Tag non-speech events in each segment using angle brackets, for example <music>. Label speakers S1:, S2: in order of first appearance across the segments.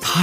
S1: 他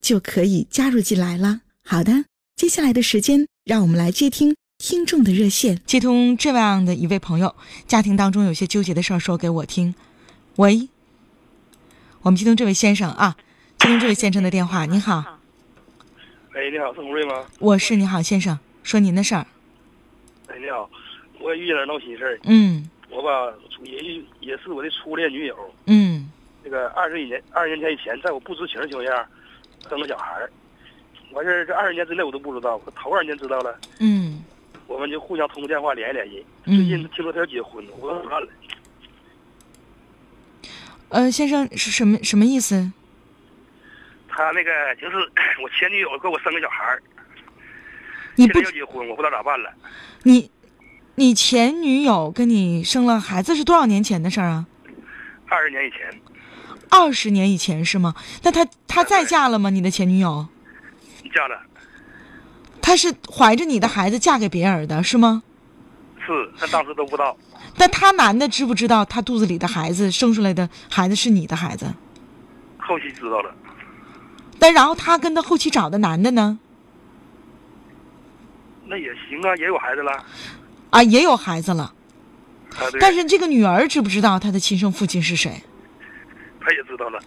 S2: 就可以加入进来了。好的，接下来的时间，让我们来接听听众的热线。
S3: 接通这样的一位朋友，家庭当中有些纠结的事儿，说给我听。喂，我们接通这位先生啊，
S4: 哎
S3: 接通这位先生的电话。您好，
S4: 喂，哎你好，是洪瑞吗？
S3: 我是你好先生，说您的事儿。
S4: 哎，你好，我也遇见点闹心事儿。
S3: 嗯
S4: 我吧，也遇也是我的初恋女友。
S3: 嗯
S4: 那个二十年二十年前以前，在我不知情的情况下，生个小孩儿。完事儿，这二十年之内我都不知道，我头二年知道了，
S3: 嗯
S4: 我们就互相通过电话联系联系。最近
S3: 嗯，
S4: 听说她要结婚，我说完了，
S3: 呃，先生是什么什么意思？
S4: 她那个就是 <clears throat> 我前女友给我生个小孩儿，
S3: 你
S4: 现
S3: 不
S4: 在要结婚，我不知道咋办了。
S3: 你你前女友跟你生了孩子是多少年前的事儿啊？
S4: 二十年以前，
S3: 二十年以前是吗？那她她再嫁了吗？你的前女友，
S4: 嫁了
S3: 她是怀着你的孩子嫁给别人的是吗？
S4: 是，但当时都不知道，
S3: 那她男的知不知道她肚子里的孩子生出来的孩子是你的孩子？
S4: 后期知道了，
S3: 但然后她跟她后期找的男的呢？
S4: 那也行啊，也有孩子了啊，
S3: 啊，也有孩子了，
S4: 对，
S3: 但是这个女儿知不知道她的亲生父亲是谁？
S4: 她也知道了。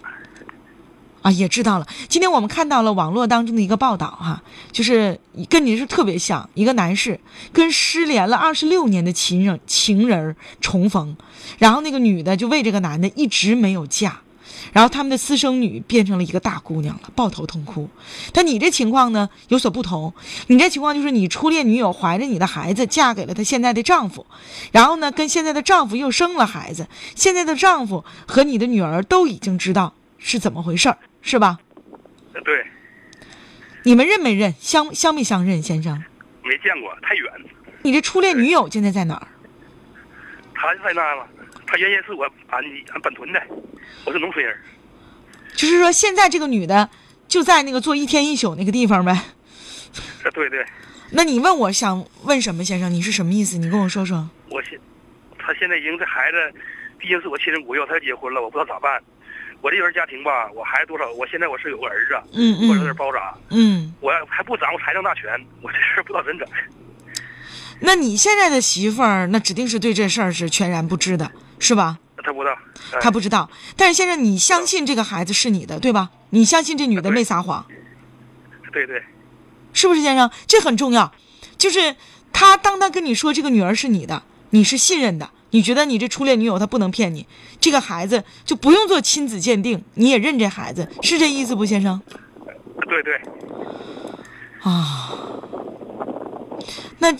S3: 啊，也知道了。今天我们看到了网络当中的一个报道哈、就是跟你是特别像，一个男士跟失联了二十六年的情人情人儿重逢，然后那个女的就为这个男的一直没有嫁，然后他们的私生女变成了一个大姑娘了，抱头痛哭。但你这情况呢有所不同，你这情况就是你初恋女友怀着你的孩子嫁给了她现在的丈夫，然后呢跟现在的丈夫又生了孩子，现在的丈夫和你的女儿都已经知道是怎么回事儿，是吧？
S4: 对，
S3: 你们认没认？相相没相认，先生？
S4: 没见过，太远。
S3: 你这初恋女友现在在哪儿？
S4: 他就在那嘛，他原先是我俺俺本屯的，我是农村人。
S3: 就是说，现在这个女的就在那个做一天一宿那个地方呗。
S4: 啊，对对，
S3: 那你问我想问什么，先生？你是什么意思？你跟我说说。
S4: 我现他现在已经这孩子，毕竟是我亲生骨肉，他结婚了，我不知道咋办。我这原家庭吧，我孩子多少，我现在我是有个儿子，
S3: 嗯
S4: 我有点
S3: 嗯
S4: 包扎，
S3: 嗯，
S4: 我还不掌握财政大权，我这事儿不知道怎整。
S3: 那你现在的媳妇儿，那指定是对这事儿是全然不知的，是吧？
S4: 他不知道，哎
S3: 她不知道。但是先生，你相信这个孩子是你的，对吧？你相信这女的没撒谎。
S4: 哎对对
S3: 是不是先生？这很重要，就是他当他跟你说这个女儿是你的，你是信任的，你觉得你这初恋女友她不能骗你，这个孩子就不用做亲子鉴定，你也认这孩子，是这意思不，先生？
S4: 对对，
S3: 啊，那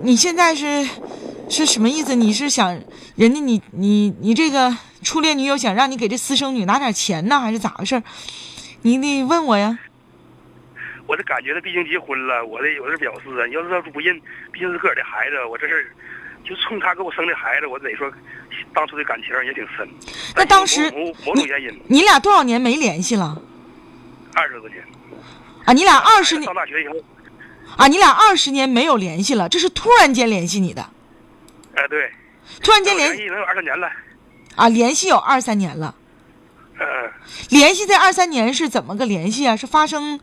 S3: 你现在是是什么意思？你是想人家你你你这个初恋女友想让你给这私生女拿点钱呢，还是咋回事儿？你得问我呀。
S4: 我这感觉他毕竟结婚了，我这我这表示啊，你要是要是不认，毕竟是个儿的孩子，我这事儿就冲他给我生的孩子，我得说当初的感情也挺深。
S3: 那
S4: 但
S3: 当时
S4: 是某某某种原因，
S3: 你俩多少年没联系了
S4: 二十多年，
S3: 啊？你俩二十年
S4: 上。大学以后，
S3: 啊，你俩二十年没有联系了，这是突然间联系你的，
S4: 哎、对，
S3: 突然间
S4: 联
S3: 联
S4: 系能有二三年了，
S3: 啊，联系有二三年了，
S4: 嗯、
S3: 联系在二三年是怎么个联系啊？是发生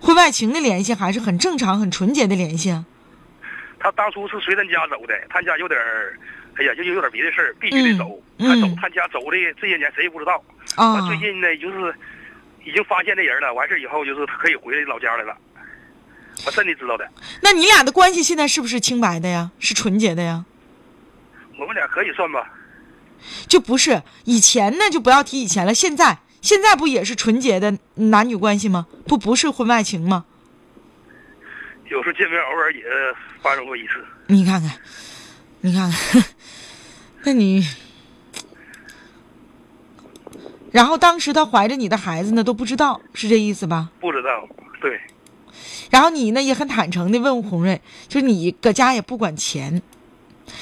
S3: 婚外情的联系，还是很正常、很纯洁的联系啊？
S4: 他当初是随咱家走的，他家有点儿，哎呀，就有点别的事儿，必须得走。
S3: 嗯
S4: 他
S3: 嗯
S4: 走，他家走的这些年谁也不知道。
S3: 啊
S4: 完最近呢，就是已经发现这人了，完事儿以后就是他可以回老家来了。我真的知道的，
S3: 那你俩的关系现在是不是清白的呀？是纯洁的呀？
S4: 我们俩可以算吧？
S3: 就不是以前呢，就不要提以前了。现在现在不也是纯洁的男女关系吗？不不是婚外情吗？
S4: 有时候见面偶尔也发生过一次。
S3: 你看看，你看看， <laughs> 那你，然后当时她怀着你的孩子呢，都不知道是这意思吧？
S4: 不知道，对，
S3: 然后你呢也很坦诚的问红瑞，就是你搁家也不管钱，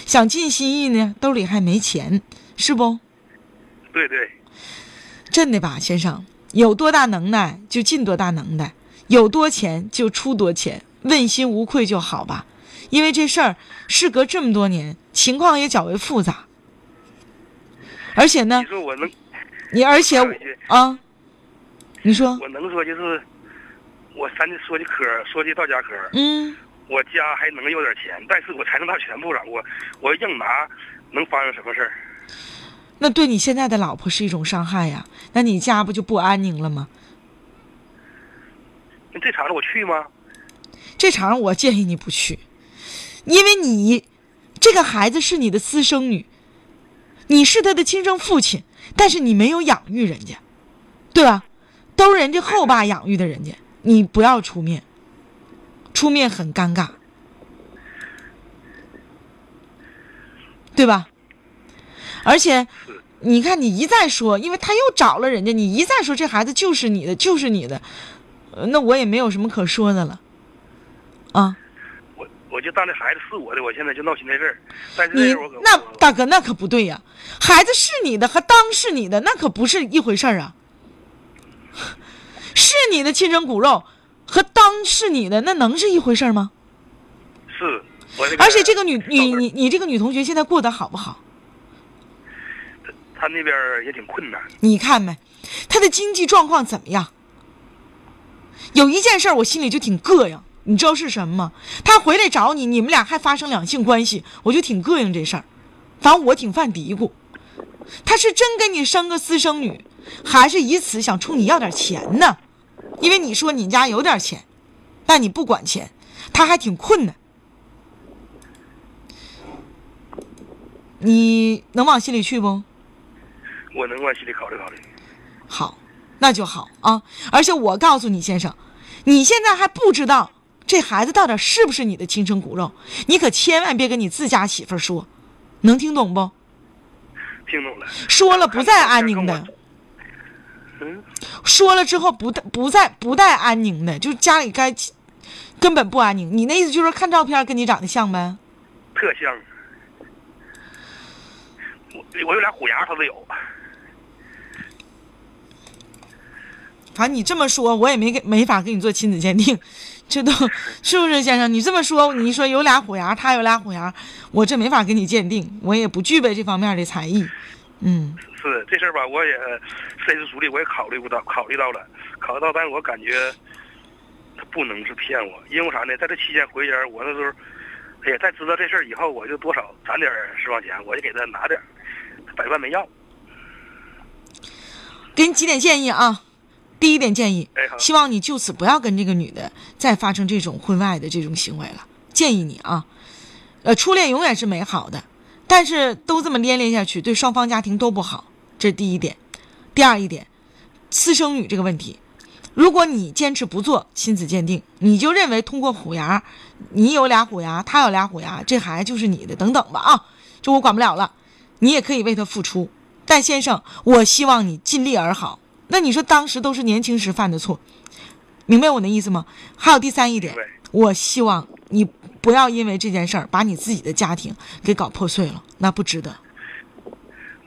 S3: 想尽心意呢，兜里还没钱，是不？
S4: 对对，
S3: 真的吧，先生，有多大能耐就尽多大能耐，有多钱就出多钱，问心无愧就好吧。因为这事儿事隔这么多年，情况也较为复杂，而且呢
S4: 你，说我能，
S3: 你而且
S4: 还有一句
S3: 啊，你说，
S4: 我能说就是，我咱就说句嗑儿，说句到家嗑儿，
S3: 嗯，
S4: 我家还能有点钱，但是我财政大权不掌握，我硬拿，能发生什么事儿？
S3: 那对你现在的老婆是一种伤害呀，那你家不就不安宁了吗？
S4: 那这场子我去吗？
S3: 这场我建议你不去，因为你这个孩子是你的私生女，你是他的亲生父亲，但是你没有养育人家，对吧？都是人家后爸养育的人家，你不要出面，出面很尴尬，对吧？而且
S4: 是
S3: 你看，你一再说，因为他又找了人家，你一再说这孩子就是你的，就是你的，呃那我也没有什么可说的了，啊。
S4: 我我就当这孩子是我的，我现在就闹心这事儿。但是
S3: 你
S4: 我可
S3: 那
S4: 我
S3: 大哥那可不对呀、孩子是你的和当是你的那可不是一回事儿啊，是你的亲生骨肉和当是你的那能是一回事儿吗？
S4: 是我这个，
S3: 而且这个女
S4: 到
S3: 女
S4: 那儿
S3: 你你这个女同学现在过得好不好？
S4: 他那边儿也挺困难，
S3: 你看没，她的经济状况怎么样？有一件事儿我心里就挺膈应，你知道是什么吗？她回来找你，你们俩还发生两性关系，我就挺膈应这事儿，反正我挺犯嘀咕。她是真跟你生个私生女，还是以此想冲你要点钱呢？因为你说你家有点钱，但你不管钱，她还挺困难。你能往心里去不？
S4: 我能往心里考虑考虑。
S3: 好，那就好啊！而且我告诉你，先生，你现在还不知道这孩子到底是不是你的亲生骨肉，你可千万别跟你自家媳妇儿说，能听懂不？
S4: 听懂了，
S3: 说了不再安宁的，
S4: 嗯，
S3: 说了之后不带不再不带安宁的，就是家里该根本不安宁。你那意思就是看照片跟你长得像呗？
S4: 特像。我我有俩虎牙，他都有。
S3: 反正你这么说，我也没给没法给你做亲子鉴定， <laughs> 这都是不是先生？你这么说，你一说有俩虎牙，他有俩虎牙，我这没法给你鉴定，我也不具备这方面的才艺。嗯，
S4: 是这事儿吧，我也深思熟虑，我也考虑不到，考虑到了，考虑到，但是我感觉他不能是骗我，因为啥呢？在这期间回家，我那时候，哎呀，在知道这事儿以后，我就多少攒点儿私房钱，我就给他拿点儿，他百万没要。
S3: 给你几点建议啊？第一点建议
S4: 哎好，
S3: 希望你就此不要跟这个女的再发生这种婚外的这种行为了。建议你啊，呃，初恋永远是美好的，但是都这么连连下去，对双方家庭都不好，这是第一点。第二一点，私生女这个问题，如果你坚持不做亲子鉴定，你就认为通过虎牙，你有俩虎牙，他有俩虎牙，这孩子就是你的，等等吧啊，这我管不了了，你也可以为他付出。但先生，我希望你尽力而好。那你说当时都是年轻时犯的错，明白我的意思吗？还有第三一点
S4: 明白，
S3: 我希望你不要因为这件事儿把你自己的家庭给搞破碎了，那不值得。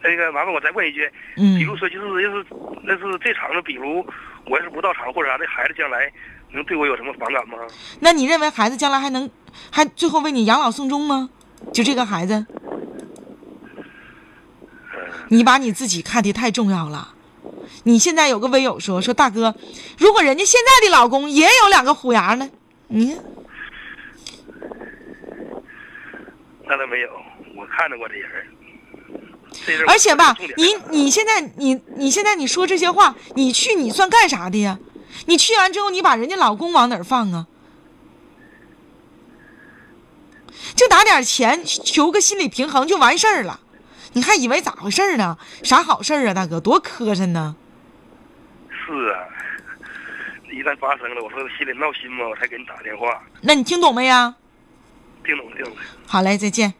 S4: 那个，麻烦我再问一句，
S3: 嗯
S4: 比如说就是要是那是这场子，比如我要是不到场或者啥，这孩子将来能对我有什么反感吗？
S3: 那你认为孩子将来还能还最后为你养老送终吗？就这个孩子，你把你自己看得太重要了。你现在有个微友说说大哥，如果人家现在的老公也有两个虎牙呢，你看
S4: 那倒没有，我看着过这人儿，这是
S3: 而且吧
S4: 重，点
S3: 你你现在你你现在你说这些话，你去你算干啥的呀？你去完之后，你把人家老公往哪儿放啊？就打点钱，求个心理平衡就完事儿了。你还以为咋回事儿呢？啥好事儿啊，大哥，多磕碜呢！
S4: 是啊，一旦发生了，我说心里闹心嘛，我才给你打电话，
S3: 那你听懂没呀？
S4: 听懂了听懂了。
S3: 好嘞，再见。